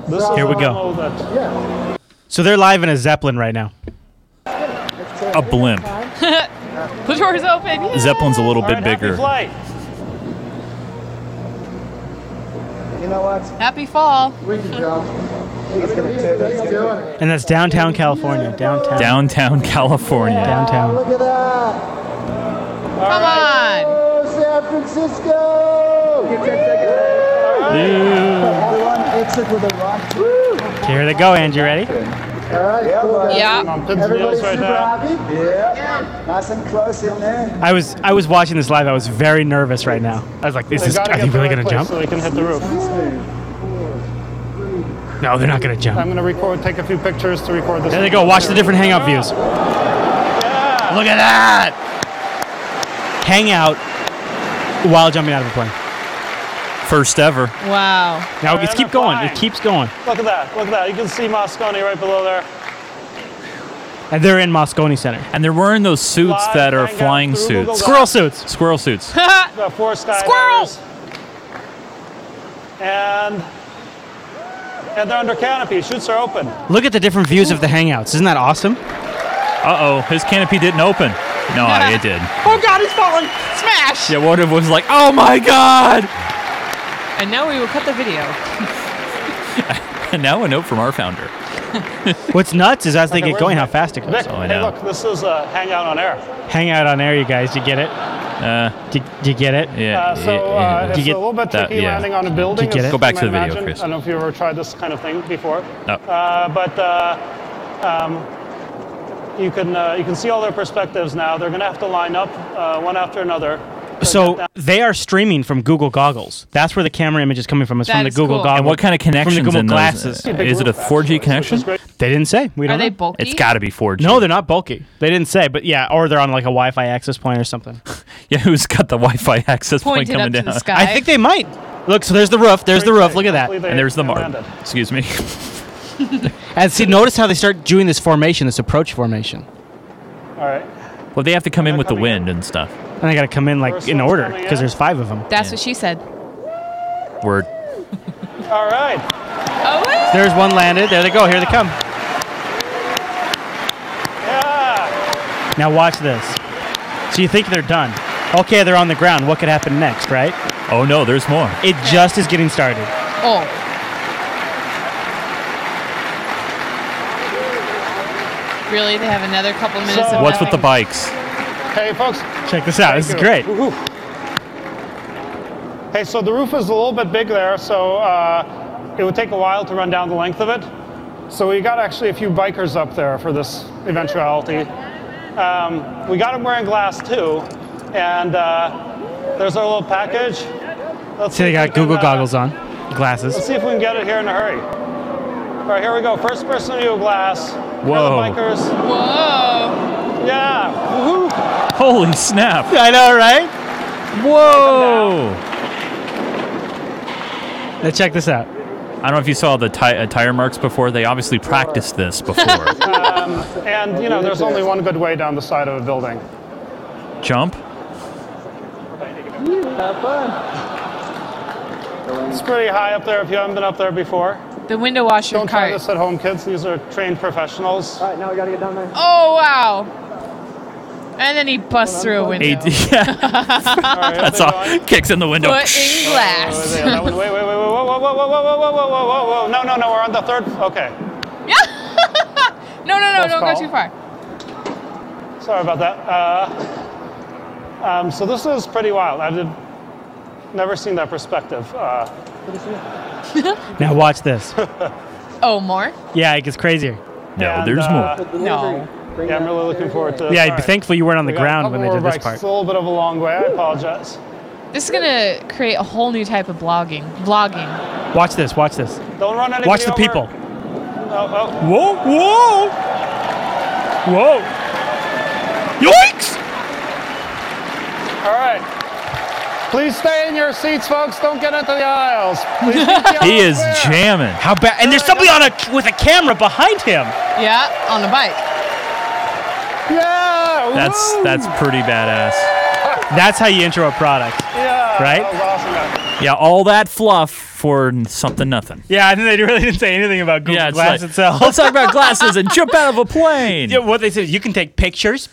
S11: This is
S2: Here we
S11: a
S2: go.
S11: demo that-
S2: So they're live in a Zeppelin right now.
S3: A blimp.
S1: the door's open. yeah.
S3: Zeppelin's a little
S1: All
S3: bit
S1: right, happy
S3: bigger.
S1: flight.
S12: You know what?
S1: Happy fall.
S12: We can jump. It's gonna take us.
S2: And that's downtown California. Downtown.
S3: Downtown California.
S2: Downtown.
S12: Look at that.
S1: Come on.
S12: San Francisco. Everyone exit with a rock.
S2: Here they go, Ange. You ready?
S12: All right. cool.
S11: Yeah. I'm pins and
S12: Everybody
S11: needles right
S12: super
S11: now.
S12: happy? Yeah. Nice and close in there.
S2: I was I was watching this live. I was very nervous right now. I was like, "Is
S11: They
S2: this?
S11: gotta
S2: Are
S11: get
S2: they
S11: the
S2: really gonna
S11: right place
S2: jump?
S11: So they can hit the roof.
S2: No, they're not gonna jump."
S11: I'm going to record, take a few pictures to record this.
S2: There they go. Watch the different Hangout views. Look at that! Hangout while jumping out of a plane.
S3: First ever.
S1: Wow.
S2: Now it's keep going. It keeps going,
S11: Look at that. Look at that. You can see Moscone right below there.
S2: and they're in Moscone Center.
S3: And they're wearing those suits
S11: Live
S3: that are
S11: hangout
S3: flying
S11: through Google
S3: suits.
S11: Squirrel
S2: suits.
S3: Squirrel suits.
S11: the four skydivers. And and they're under canopy. Chutes are open.
S2: Look at the different views of the Hangouts. Isn't that awesome?
S3: Uh oh, his canopy didn't open. No, it did.
S1: Oh God, he's falling. Smash.
S3: Yeah, one of them was like, oh my god!
S1: And now we will cut the video.
S3: And now a note from our founder.
S2: What's nuts is as they
S11: Okay,
S2: get
S11: where's
S2: going, how
S11: Vic?
S2: fast it goes. Oh,
S11: Vic, hey, look, this is a hangout on air.
S2: Hangout on air, you guys. You get it?
S3: Uh,
S2: do, do you get it?
S11: Uh, so uh, it's a little bit tricky landing on a building.
S2: Did you get
S11: as
S2: it?
S11: you
S2: Go back
S11: might
S2: to the video,
S11: imagine.
S2: Chris.
S11: I don't know if you've ever tried this kind of thing before.
S3: No.
S11: Uh, but uh, um, you can uh, you can see all their perspectives now. They're going to have to line up uh, one after another.
S2: So they are streaming from Google goggles. That's where the camera image is coming from. It's
S11: That
S2: from the
S11: is
S2: Google
S11: cool.
S2: goggles.
S11: And
S3: what kind of connections
S2: From the Google
S3: in those?
S2: glasses.
S3: Is it a 4G connection?
S2: They didn't say. We don't
S1: Are they
S2: know.
S1: bulky?
S3: It's got to be 4G.
S2: No, they're not bulky. They didn't say, but yeah, or they're on like a Wi-Fi access point or something.
S3: Yeah, who's got the Wi-Fi access point
S2: Pointed up
S3: coming
S2: to the
S3: down?
S2: sky. I think they might. Look, so there's the roof. There's the roof. Look at that.
S3: And there's the mark. Excuse me.
S2: And see, notice how they start doing this formation, this approach formation,
S11: All right.
S3: Well, they have to come in with the wind and stuff.
S2: and I got to come in like in order because there's five of them.
S1: That's what she said.
S3: Word.
S11: All right.
S1: Oh.
S2: There's one landed. There they go. Here they come. Now watch this. So you think they're done. Okay, they're on the ground. What could happen next, right?
S3: Oh no, there's more.
S2: It just is getting started.
S1: Oh. Really? They have another couple minutes of
S3: What's with the
S1: nothing?
S3: bikes?
S11: Hey, folks.
S2: Check this out. This is great.
S11: Hey, so the roof is a little bit big there, so uh, it would take a while to run down the length of it. So we got actually a few bikers up there for this eventuality. Um, we got them wearing glass too, and uh, there's our little package. Let's
S2: See, they
S11: if
S2: got
S11: we can,
S2: Google
S11: uh,
S2: goggles on, glasses.
S11: Let's see if we can get it here in a hurry. All right, here we go. First person to do a glass.
S2: Whoa.
S11: Here are the bikers.
S1: Whoa.
S11: Yeah. Woohoo.
S3: Holy snap!
S2: I know, right?
S3: Whoa!
S2: Now check this out.
S3: I don't know if you saw the ti- uh, tire marks before. They obviously practiced this before.
S11: um, and you know, there's only one good way down the side of a building.
S3: Jump.
S11: Have fun. It's pretty high up there if you haven't been up there before.
S1: The window washer
S11: Don't try this at home, kids. These are trained professionals. All right, now we gotta get down there.
S1: Oh wow. And then he busts through a window.
S3: Eight- yeah. That's all. Kicks in the window.
S1: But in glass.
S11: Wait, wait, wait, wait, wait, wait, whoa, whoa, whoa, whoa, whoa, whoa, whoa, whoa, whoa, whoa. No, no, no, we're on the third. Okay,
S1: no, no, no,
S11: Close
S1: don't
S11: call.
S1: go too far.
S11: sorry about that. Uh, um, so this is pretty wild. I've never seen that perspective. Uh,
S2: Now watch this.
S1: Oh, more?
S2: Yeah, it gets crazier.
S3: No,
S11: and,
S2: there's
S11: uh,
S2: more.
S1: No.
S11: Yeah, I'm really looking forward to.
S2: Yeah,
S11: All right.
S2: thankfully you weren't on the
S11: We got a
S2: ground when they
S11: couple
S2: did
S11: more
S2: this
S11: breaks.
S2: part.
S11: It's a little bit of a long way. I apologize.
S1: This is gonna create a whole new type of blogging. Blogging.
S2: Watch this. Watch this.
S11: Don't run anybody
S2: Watch the
S11: over.
S2: people.
S11: Oh,
S2: Whoa, whoa, whoa! Yoinks!
S11: oh. All right. Please stay in your seats, folks. Don't get into the aisles. Please keep the aisles clear.
S3: jamming.
S2: How bad? And there's somebody on a with a camera behind him.
S1: Yeah, on a bike.
S11: Yeah.
S3: That's
S11: woo!
S3: that's pretty badass.
S2: That's how you intro a product,
S11: Yeah.
S2: right?
S3: Yeah, all that fluff for n- something nothing.
S2: Yeah, I think they really didn't say anything about Google
S3: Yeah, it's
S2: Glass
S3: like,
S2: itself.
S3: Let's talk about glasses and jump out of a plane.
S2: Yeah, what they said is you can take pictures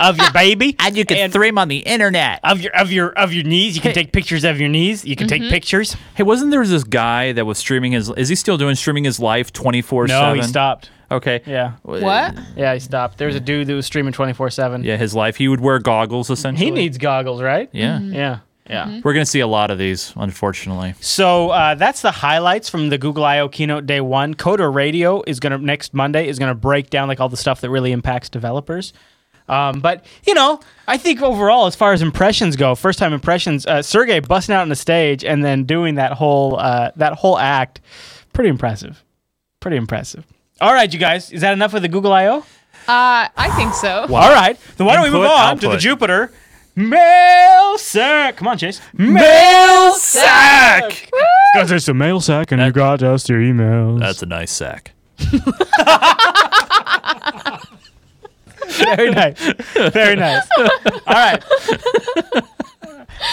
S2: of your baby, and you can
S3: throw them on the internet
S2: of your of your of your knees. You can take pictures of your knees. You can
S3: Mm-hmm.
S2: take pictures.
S3: Hey, wasn't there this guy that was streaming his? Is he still doing streaming his life twenty four
S2: No,
S3: seven?
S2: he stopped.
S3: Okay.
S2: Yeah.
S1: What?
S2: Yeah, he stopped. There was a dude that was streaming twenty four seven.
S3: Yeah, his life. He Mm-hmm. would wear goggles essentially.
S2: He needs goggles, right?
S3: Yeah.
S2: Yeah. Yeah.
S3: We're gonna see a lot of these, unfortunately.
S2: So uh, that's the highlights from the Google I/O keynote day one. Coda Radio is gonna next Monday is gonna break down like all the stuff that really impacts developers. Um, but you know, I think overall, as far as impressions go, first time impressions, uh, Sergey busting out on the stage and then doing that whole uh, that whole act, pretty impressive, pretty impressive. All right, you guys, is that enough with the Google I/O?
S1: Uh, I think so.
S2: All right, then why don't we
S3: Input,
S2: move on to the
S3: output.
S2: Jupiter mail sack? Come on, Chase.
S3: Mail sack.
S2: Guys, it's the mail sack, and you got us your emails.
S3: That's a nice sack.
S2: Very nice. Very nice. All right.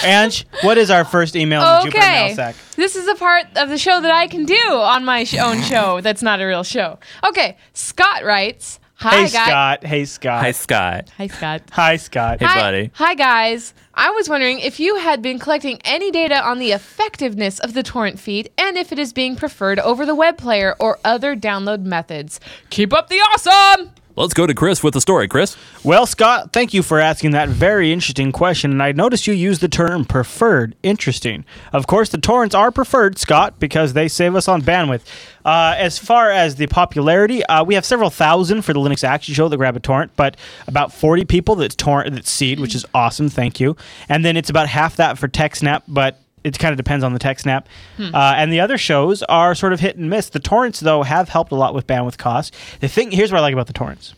S2: Ange, what is our first email in the Jupiter mail
S1: Okay.
S2: sack?
S1: This is a part of the show that I can do on my sh- own show that's not a real show. Okay. Scott writes Hi,
S2: hey,
S1: guy-
S2: Scott. Hey, Scott. Hi,
S3: Scott.
S1: Hi, Scott.
S2: Hi, Scott.
S1: Hi- Hi, guys. I was wondering if you had been collecting any data on the effectiveness of the torrent feed and if it is being preferred over the web player or other download methods. Keep up the awesome!
S3: Let's go to Chris with the story. Chris.
S2: Well, Scott, thank you for asking that very interesting question, and I noticed you used the term preferred. Interesting. Of course, the torrents are preferred, Scott, because they save us on bandwidth. Uh, as far as the popularity, uh, we have several thousand for the Linux Action Show that grab a torrent, but about 40 people that torrent that seed, which is awesome. Thank you. And then it's about half that for TechSnap, but it kind of depends on the tech snap.
S13: Hmm.
S2: Uh, and the other shows are sort of hit and miss. The torrents, though, have helped a lot with bandwidth costs. The thing here's what I like about the torrents.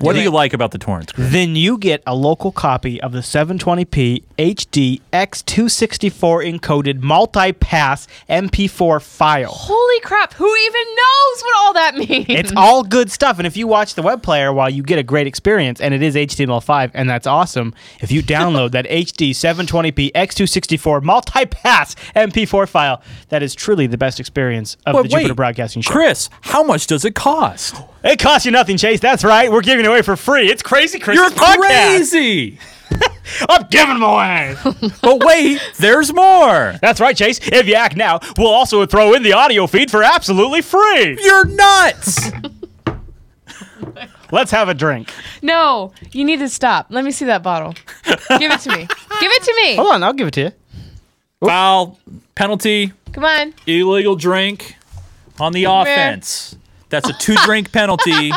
S3: What do you like about the torrents?
S2: Then you get a local copy of the 720p HD X264 encoded multi pass MP4 file.
S1: Holy crap, who even knows what all that means?
S2: It's all good stuff. And if you watch the web player while you get a great experience, and it is HTML5, and that's awesome, if you download that HD 720p X264 multi pass MP4 file, that is truly the best experience of
S3: But
S2: the
S3: wait,
S2: Jupiter Broadcasting Show.
S3: Chris, how much does it cost?
S2: It costs you nothing, Chase. That's right. We're giving it away for free. It's crazy, Chris.
S3: You're crazy.
S2: I'm giving them away.
S3: but wait, there's more.
S2: That's right, Chase. If you act now, we'll also throw in the audio feed for absolutely free.
S3: You're nuts.
S2: Let's have a drink.
S1: No, you need to stop. Let me see that bottle. Give it to me. Give it to me.
S2: Hold on, I'll give it to you.
S3: Foul, penalty,
S1: Come on.
S3: illegal drink on the
S1: Meh.
S3: offense. That's a two drink penalty.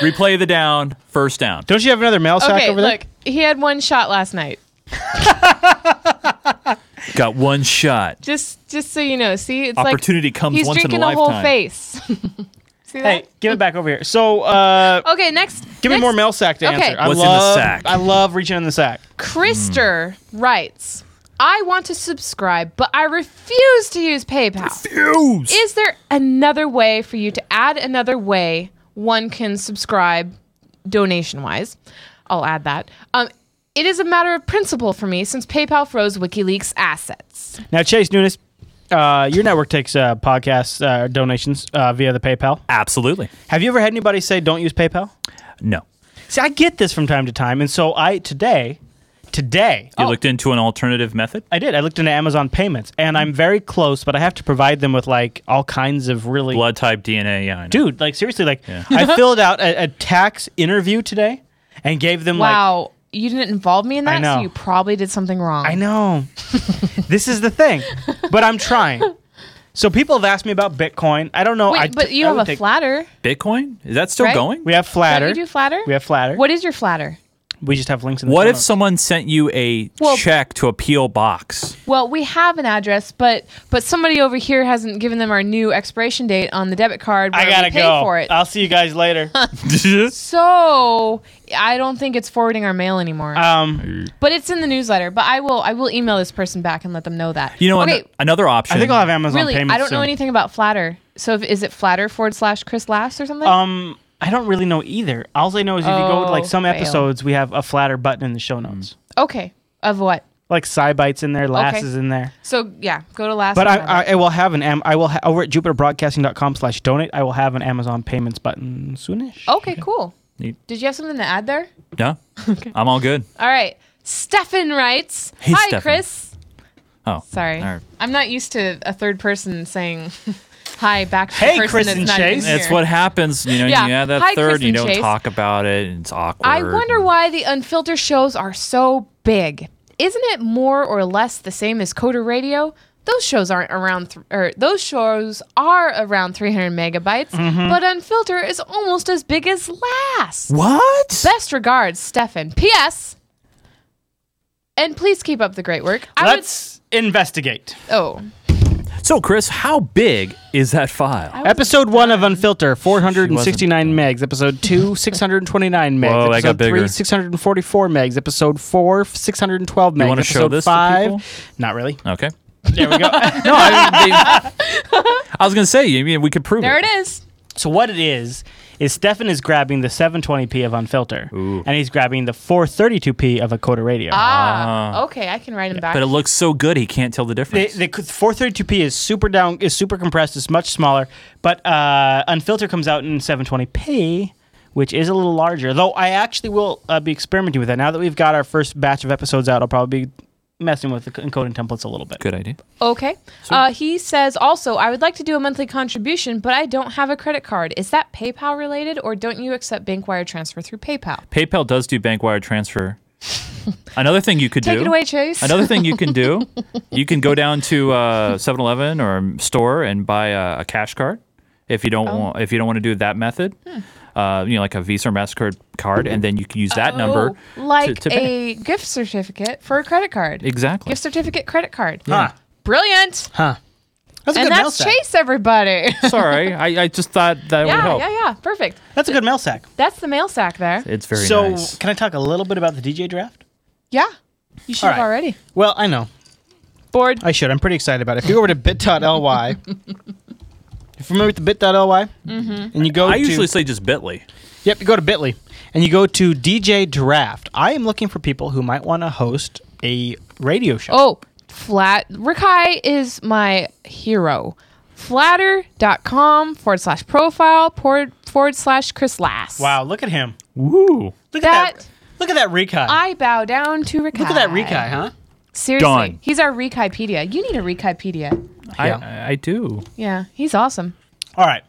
S3: Replay the down, first down.
S2: Don't you have another mail
S1: Okay, look, he had one shot last night.
S3: Got one shot.
S1: Just just so you know, see, it's
S3: Opportunity
S1: like
S3: comes
S1: he's
S3: once in a
S1: drinking a whole
S3: lifetime.
S1: face. see that?
S2: Hey, give it back over here. So, uh,
S1: okay, next.
S2: give me
S1: next-
S2: more mail sack to
S1: Okay.
S2: answer. I
S3: What's in the
S2: love,
S3: sack?
S2: I love reaching in the sack.
S1: Krister
S3: Hmm.
S1: writes, I want to subscribe, but I refuse to use PayPal.
S3: Refuse.
S1: Is there another way for you to add another way one can subscribe donation wise? I'll add that. Um, it is a matter of principle for me since PayPal froze WikiLeaks assets.
S2: Now, Chase Nunes, uh, your network takes uh, podcast uh, donations uh, via the PayPal.
S3: Absolutely.
S2: Have you ever had anybody say don't use PayPal?
S3: No.
S2: See, I get this from time to time, and so I today, today,
S1: Oh.
S3: You looked into an alternative method?
S2: I did. I looked into Amazon payments, and I'm very close, but I have to provide them with like all kinds of really
S3: Blood type DNA. Yeah, I know.
S2: dude. Like seriously, like I filled out a, a tax interview today and gave them
S1: wow. you didn't involve me in
S2: I
S1: that, so
S2: know.
S1: you probably did something wrong.
S2: like I know this is the thing, but I'm trying. So people have asked me about Bitcoin. I don't know.
S1: Wait,
S2: I,
S1: but you
S2: I
S1: have
S2: would
S1: a
S2: take-
S1: flatter.
S3: Bitcoin? Is that still
S1: Right?
S3: going?
S2: We have
S1: Don't
S2: flatter.
S1: you do flatter?
S2: We have flatter.
S1: What is your flatter?
S2: We just have links in the
S3: What
S2: show
S3: if
S2: notes.
S3: someone sent you a
S1: Well-
S3: check to a P.O. box?
S1: Well, we have an address, but but somebody over here hasn't given them our new expiration date on the debit card.
S2: I
S1: where we
S2: gotta
S1: pay
S2: go. Uh,
S1: for it.
S2: I'll see you guys later.
S1: So I don't think it's forwarding our mail anymore.
S2: um,
S1: but it's in the newsletter. But I will I will email this person back and let them know that.
S3: You know,
S1: okay,
S3: an- another option.
S2: I think I'll have Amazon
S1: really,
S2: payments.
S1: I don't know
S2: soon.
S1: anything about Flatter. So if, is it Flatter forward slash Chris Last or something?
S2: Um, I don't really know either. All I know is if you go to like
S1: Oh,
S2: some
S1: fail.
S2: episodes, we have a flatter button in the show notes.
S1: okay, of what?
S2: Like side bites in there, last
S1: Okay.
S2: is in there.
S1: So yeah, go to Last.
S2: But I,
S1: and Flatter.
S2: I, I will have an am I will ha- over at jupiterbroadcasting.com slash donate. I will have an Amazon payments button soonish.
S1: okay, cool.
S3: Neat.
S1: Did you have something to add there?
S3: Yeah. I'm all good.
S1: All right. Stefan writes,
S3: Hey,
S1: "Hi,
S3: Stefan.
S1: Chris.
S3: Oh.
S1: Sorry,
S3: All right.
S1: I'm not used to a third person saying hi back to the
S2: Hey,
S1: person
S2: Chris
S1: that's
S2: and
S1: not
S2: Chase.
S1: Even
S3: That's
S1: here.
S3: what happens. You know,
S1: Yeah.
S3: you add that
S1: Hi, Chris
S3: third, you
S1: and
S3: don't
S1: Chase.
S3: talk about it, and it's awkward.
S1: I wonder why the unfiltered shows are so big. Isn't it more or less the same as Coda Radio? Those shows aren't around, th- or those shows are around 300 megabytes,
S2: Mm-hmm.
S13: Mhm.
S1: but Unfilter is almost as big as Last.
S3: What?
S1: Best regards, Stefan. P.S. And please keep up the great work. I would-
S2: Let's investigate.
S1: oh,
S3: So, Chris, how big is that file?
S2: Episode one of Unfilter, 469 megs. Episode two, 629 megs.
S3: Whoa,
S2: episode
S3: that got
S2: three,
S3: bigger.
S2: 644 megs. Episode four, 612
S3: You
S2: megs.
S3: wanna
S2: episode
S3: show this to
S2: five,
S3: people?
S2: not really.
S3: Okay.
S2: There we go.
S3: No, I, they- I was going to say, you mean we could prove
S1: there
S3: it.
S1: it is.
S2: So what it is is Stefan is grabbing the 720p of Unfilter, and he's grabbing the 432p of a Coda Radio.
S1: Ah, okay. I can write him back.
S3: Uh-huh. But it looks so good, he can't tell the
S2: The,
S3: difference.
S2: the 432p is super down, is super compressed, it's much smaller. But uh, Unfilter comes out in 720p, which is a little larger. Though I actually will uh, be experimenting with that now that we've got our first batch of episodes out. I'll probably be messing with the encoding templates a little bit.
S3: Good idea.
S1: Okay. Uh, he says also, I would like to do a monthly contribution, but I don't have a credit card. Is that PayPal related, or don't you accept bank wire transfer through PayPal?
S3: PayPal does do bank wire transfer. Another thing you could
S1: Take
S3: do.
S1: it away, Chase.
S3: Another thing you can do, you can go down to uh, 7-Eleven or store and buy a, a cash card if you don't
S1: Oh.
S3: want if you don't want to do that method. Uh, you know, like a Visa or Mastercard card, and then you can use that number.
S1: Hmm. Oh, like
S3: to- to pay.
S1: a gift certificate for a credit card.
S3: Exactly.
S1: Gift certificate, credit card.
S3: Yeah. Huh.
S1: Brilliant.
S2: Huh. That's a
S1: and
S2: good mail
S1: that's
S2: sack.
S1: Chase, everybody.
S3: Sorry, I, I just thought that would
S1: yeah,
S3: help.
S1: yeah, yeah. Perfect.
S2: That's a good mail sack.
S1: That's the mail sack there.
S3: It's very
S2: so
S3: nice.
S2: can I talk a little bit about the DJ draft?
S1: Yeah. You should
S2: All
S1: have
S2: right.
S1: already.
S2: Well, I know.
S1: Bored.
S2: I should. I'm pretty excited about it. If you go over to bit.ly, you familiar with the bit.ly?
S1: Mm-hmm.
S2: And you go
S3: I
S2: to,
S3: usually say just Bitly.
S2: Yep, you go to Bitly and you go to DJ Draft. I am looking for people who might want to host a radio show.
S1: Oh, flat. Rikai is my hero. Flatter.com forward slash profile forward, forward slash Chris Lass.
S2: Wow, look at him.
S3: Woo.
S2: Look
S1: That,
S2: at that. Look at that Rekai.
S1: I bow down to Rikai.
S2: look at that Rekai, huh?
S1: Seriously.
S2: Done.
S1: He's our Rekaipedia. You need a Rekaipedia.
S3: I, I do.
S1: Yeah, he's awesome.
S2: All right.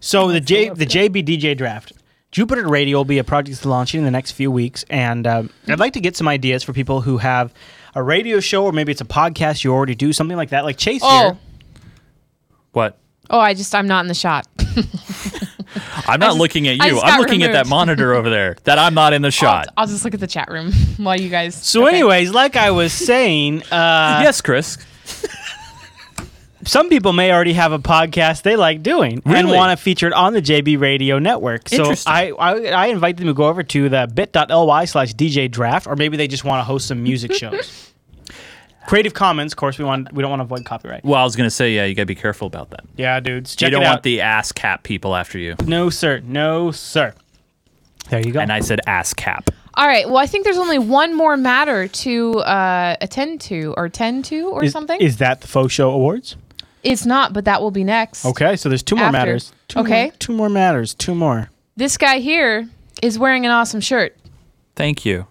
S2: So the J the JB DJ draft. Jupiter Radio will be a project that's launching in the next few weeks, and um, I'd like to get some ideas for people who have a radio show or maybe it's a podcast you already do, something like that. Like Chase
S1: Oh.
S2: here.
S3: What?
S1: Oh, I just, I'm not in the shot.
S3: I'm not looking at
S1: I
S3: you.
S1: just
S3: I'm
S1: got
S3: looking at that
S1: removed.
S3: monitor over there that I'm not in the shot.
S1: I'll just look at the chat room while you guys.
S2: So, anyways, like I was saying, uh,
S3: yes, Chris.
S2: some people may already have a podcast they like doing and
S3: Really?
S2: want to feature it on the JB Radio Network. So
S3: Interesting.
S2: I, I I invite them to go over to the bit.ly slash DJ Draft, or maybe they just want to host some music shows. Creative Commons, of course, we want we don't want to avoid copyright.
S3: Well, I was gonna say yeah, you gotta be careful about that.
S2: Yeah, dudes,
S3: you
S2: check
S3: don't
S2: it
S3: want
S2: out.
S3: the ass cap people after you.
S2: No sir, no sir. There you go.
S3: And I said ass cap.
S1: All right. Well, I think there's only one more matter to uh, attend to or tend to or
S2: Is-
S1: something.
S2: Is that the faux show awards?
S1: It's not, but that will be next.
S2: Okay, so there's two more
S1: After.
S2: matters. Two
S1: Okay.
S2: more, two more matters. Two more.
S1: This guy here is wearing an awesome shirt.
S3: Thank you.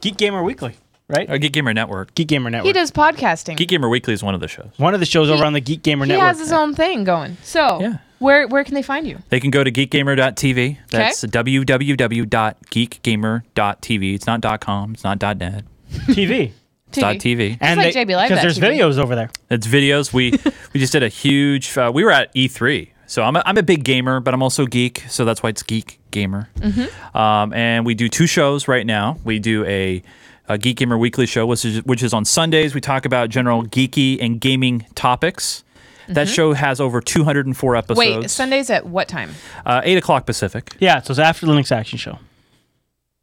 S2: Geek Gamer Weekly, right?
S3: Or Geek Gamer Network.
S2: Geek Gamer Network.
S1: He does podcasting.
S3: Geek Gamer Weekly is one of the shows.
S2: One of the shows over on the Geek Gamer
S1: He
S2: Network.
S1: has his own thing going. So, where where can they find you?
S3: They can go to geekgamer.tv. That's www.geekgamer.tv. It's not .com. It's not .net.
S2: TV.
S3: It's dot TV.
S1: And like JB Live, that
S2: there's
S1: TV.
S2: videos over there.
S3: It's videos. We we just did a huge. Uh, we were at E3 So I'm a, I'm a big gamer, but I'm also a geek. So that's why it's Geek Gamer.
S1: Mm-hmm.
S13: Mhm.
S3: Um, and we do two shows right now. We do a, a Geek Gamer Weekly show, which is, which is on Sundays. We talk about general geeky and gaming topics. That
S1: Mhm.
S3: show has over 204 episodes.
S1: Wait, Sundays at what time?
S3: Uh, 8 o'clock Pacific,
S2: Yeah, so it's after the Linux Action Show.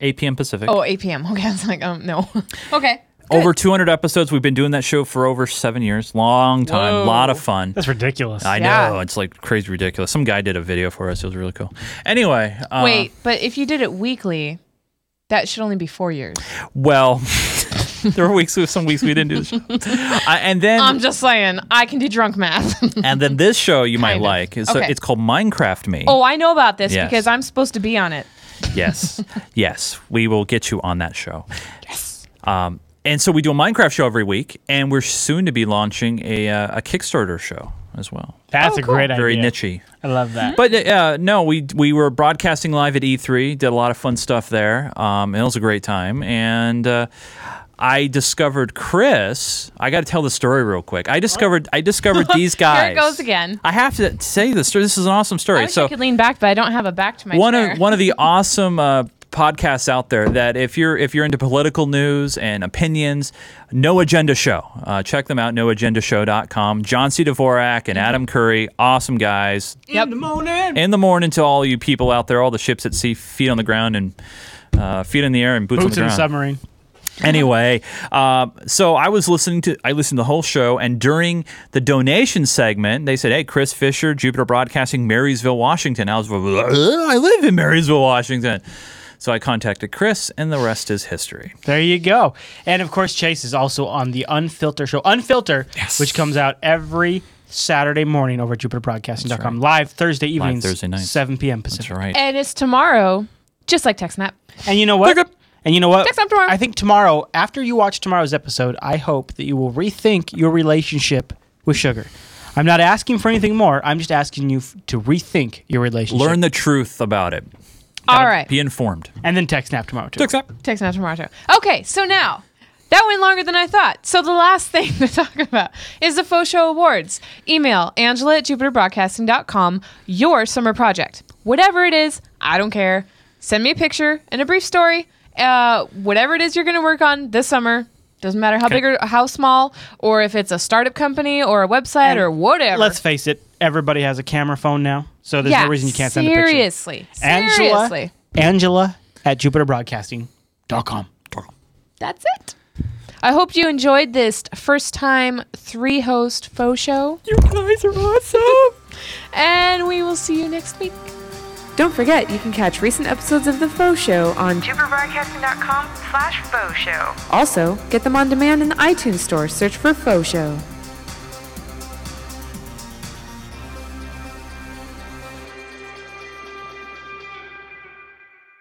S3: 8 p.m. Pacific.
S1: Oh, 8 p.m. Okay, I was like, um, no. okay.
S3: Over 200 episodes. We've been doing that show for over seven years. Long time.
S1: Whoa.
S3: lot of fun.
S2: That's ridiculous.
S3: I
S1: Yeah.
S3: know. It's like crazy ridiculous. Some guy did a video for us. It was really cool. Anyway. uh,
S1: Wait, but if you did it weekly, that should only be four years.
S3: Well, there were weeks, some weeks we didn't do the show. Uh, and then.
S1: I'm just saying, I can do drunk math.
S3: and then this show you might like. It's,
S1: Okay.
S3: it's called Minecraft Me.
S1: oh, I know about this
S3: Yes.
S1: because I'm supposed to be on it.
S3: yes, yes, we will get you on that show. Yes. Um, and so we do a Minecraft show every week, and we're soon to be launching a, uh, a Kickstarter show as well.
S2: That's Oh, a cool. great
S3: Very
S2: idea.
S3: nichey.
S2: I love that.
S3: But uh, no, we we were broadcasting live at E3. Did a lot of fun stuff there. Um, it was a great time, and uh, I discovered Chris. I got to tell the story real quick. I discovered I discovered these guys.
S1: Here it goes again.
S3: I have to say this. This is an awesome
S1: I
S3: story.
S1: wish
S3: So
S1: I could lean back, but I don't have a back to my
S3: one
S1: chair.
S3: of one of the awesome uh, podcasts out there that if you're if you're into political news and opinions, No Agenda Show. Uh, check them out, noagendashow.com. John C. Dvorak and Adam Curry, awesome guys.
S1: yep. In the morning.
S3: In the morning to all you people out there, all the ships at sea, feet on the ground and uh, feet in the air and boots,
S2: Boots
S3: on
S2: in
S3: the
S2: a
S3: ground
S2: submarine.
S3: Uh-huh. anyway, um, so I was listening to I listened to the whole show, and during the donation segment, they said, "Hey, Chris Fisher, Jupiter Broadcasting, Marysville, Washington." I was, "Ugh, I live in Marysville, Washington. So I contacted Chris, and the rest is history.
S2: There you go. And of course, Chase is also on the Unfilter show, Unfilter, which comes out every Saturday morning over at JupiterBroadcasting.com, live Thursday evenings,
S3: Thursday nights.
S2: 7 p.m. Pacific.
S3: That's right.
S1: And it's tomorrow, just like TechSnap.
S2: And you know what? And you know what?
S1: Next time tomorrow.
S2: I think tomorrow, after you watch tomorrow's episode, I hope that you will rethink your relationship with sugar. I'm not asking for anything more. I'm just asking you f- to rethink your relationship.
S3: Learn the truth about it.
S1: All right.
S3: Be informed."
S2: And then text nap tomorrow too.
S3: Text nap.
S1: TechSnap tomorrow. too. Okay, so now that went longer than I thought. So the last thing to talk about is the Faux Show Awards. Email Angela at JupiterBroadcasting.com your summer project. Whatever it is, I don't care. Send me a picture and a brief story. Uh, whatever it is you're going to work on this summer. Doesn't matter how
S2: Okay.
S1: big or how small, or if it's a startup company or a website or whatever.
S2: Let's face it, everybody has a camera phone now, so there's
S1: Yeah,
S2: no reason you can't send a picture.
S1: seriously,
S2: Angela-
S1: Seriously.
S2: Angela at JupiterBroadcasting.com.
S1: That's it. I hope you enjoyed this first time three host faux show. You guys are awesome. and we will see you next week. Don't forget, you can catch recent episodes of The Faux Show on
S14: JupiterBroadcasting.com slash faux show.
S1: Also, get them on demand in the iTunes store. Search for Faux Show.